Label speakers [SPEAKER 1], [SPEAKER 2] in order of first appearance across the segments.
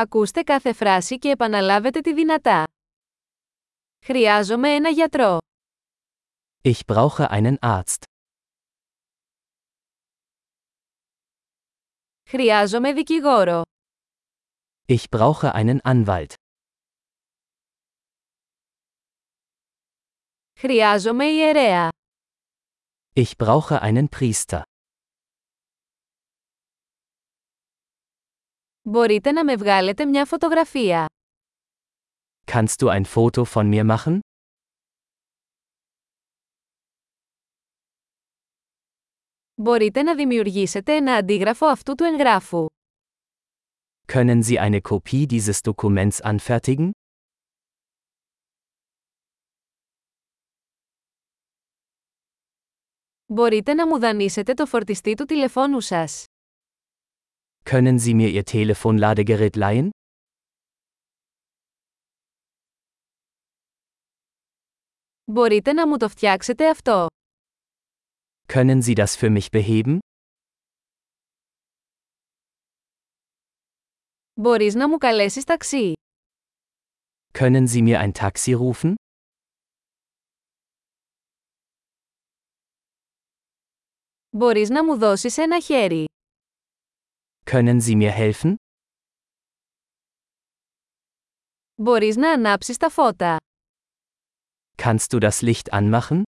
[SPEAKER 1] Ακούστε κάθε φράση και επαναλάβετε τη δυνατά. Χρειάζομαι ένα γιατρό.
[SPEAKER 2] Ich brauche einen Arzt.
[SPEAKER 1] Χρειάζομαι δικηγόρο.
[SPEAKER 2] Ich brauche einen Anwalt.
[SPEAKER 1] Χρειάζομαι ιερέα.
[SPEAKER 2] Ich brauche einen Priester.
[SPEAKER 1] Μπορείτε να με βγάλετε μια φωτογραφία.
[SPEAKER 2] Kannst du ein Foto von mir machen?
[SPEAKER 1] Μπορείτε να δημιουργήσετε ένα αντίγραφο αυτού του εγγράφου.
[SPEAKER 2] Können Sie eine Kopie dieses Dokuments anfertigen?
[SPEAKER 1] Μπορείτε να μου δανείσετε το φορτιστή του τηλεφώνου σας.
[SPEAKER 2] Können Sie mir Ihr Telefonladegerät leihen?
[SPEAKER 1] Μπορείτε να μου το φτιάξετε αυτό.
[SPEAKER 2] Können Sie das für mich beheben?
[SPEAKER 1] Μπορείς να μου καλέσεις ταξί.
[SPEAKER 2] Können Sie mir ein Taxi rufen?
[SPEAKER 1] Μπορείς να μου δώσεις ένα χέρι.
[SPEAKER 2] Können Sie mir helfen?
[SPEAKER 1] Μπορείς να ανάψεις τα φώτα.
[SPEAKER 2] Kannst du das Licht anmachen?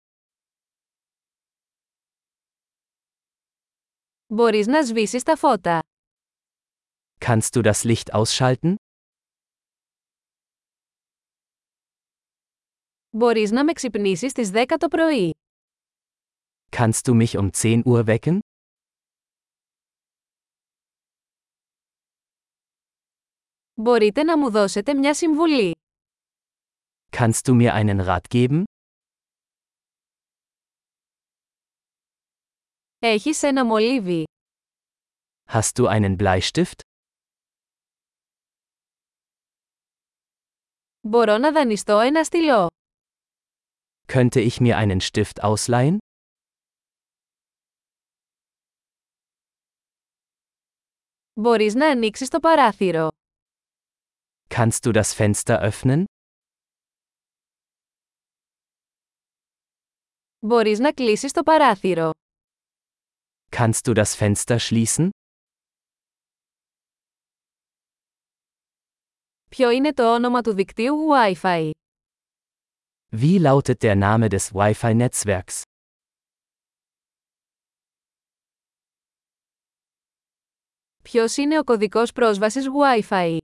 [SPEAKER 1] Μπορείς να σβήσεις τα φώτα.
[SPEAKER 2] Kannst du das Licht ausschalten?
[SPEAKER 1] Μπορείς να με ξυπνήσεις στις 10 το πρωί.
[SPEAKER 2] Kannst du mich um 10 Uhr wecken?
[SPEAKER 1] Μπορείτε να μου δώσετε μια συμβουλή.
[SPEAKER 2] Kannst du mir einen Rat geben?
[SPEAKER 1] Έχεις ένα μολύβι.
[SPEAKER 2] Hast du einen Bleistift?
[SPEAKER 1] Μπορώ να δανειστώ ένα στυλό.
[SPEAKER 2] Könnte ich mir einen Stift ausleihen?
[SPEAKER 1] Μπορείς να ανοίξεις το παράθυρο.
[SPEAKER 2] Kannst du das Fenster öffnen?
[SPEAKER 1] Μπορείς να κλείσεις το παράθυρο.
[SPEAKER 2] Kannst du das Fenster schließen?
[SPEAKER 1] Ποιο είναι το όνομα του δικτύου Wi-Fi.
[SPEAKER 2] Wie lautet der Name des Wi-Fi-Netzwerks?
[SPEAKER 1] Ποιος είναι ο κωδικός πρόσβασης Wi-Fi.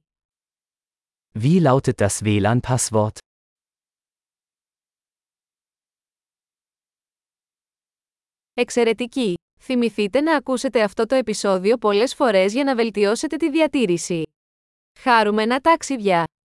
[SPEAKER 2] Wie lautet das WLAN-Passwort?
[SPEAKER 1] Εξαιρετική! Θυμηθείτε να ακούσετε αυτό το επεισόδιο πολλές φορές για να βελτιώσετε τη διατήρηση. Χάρουμενα ταξίδια!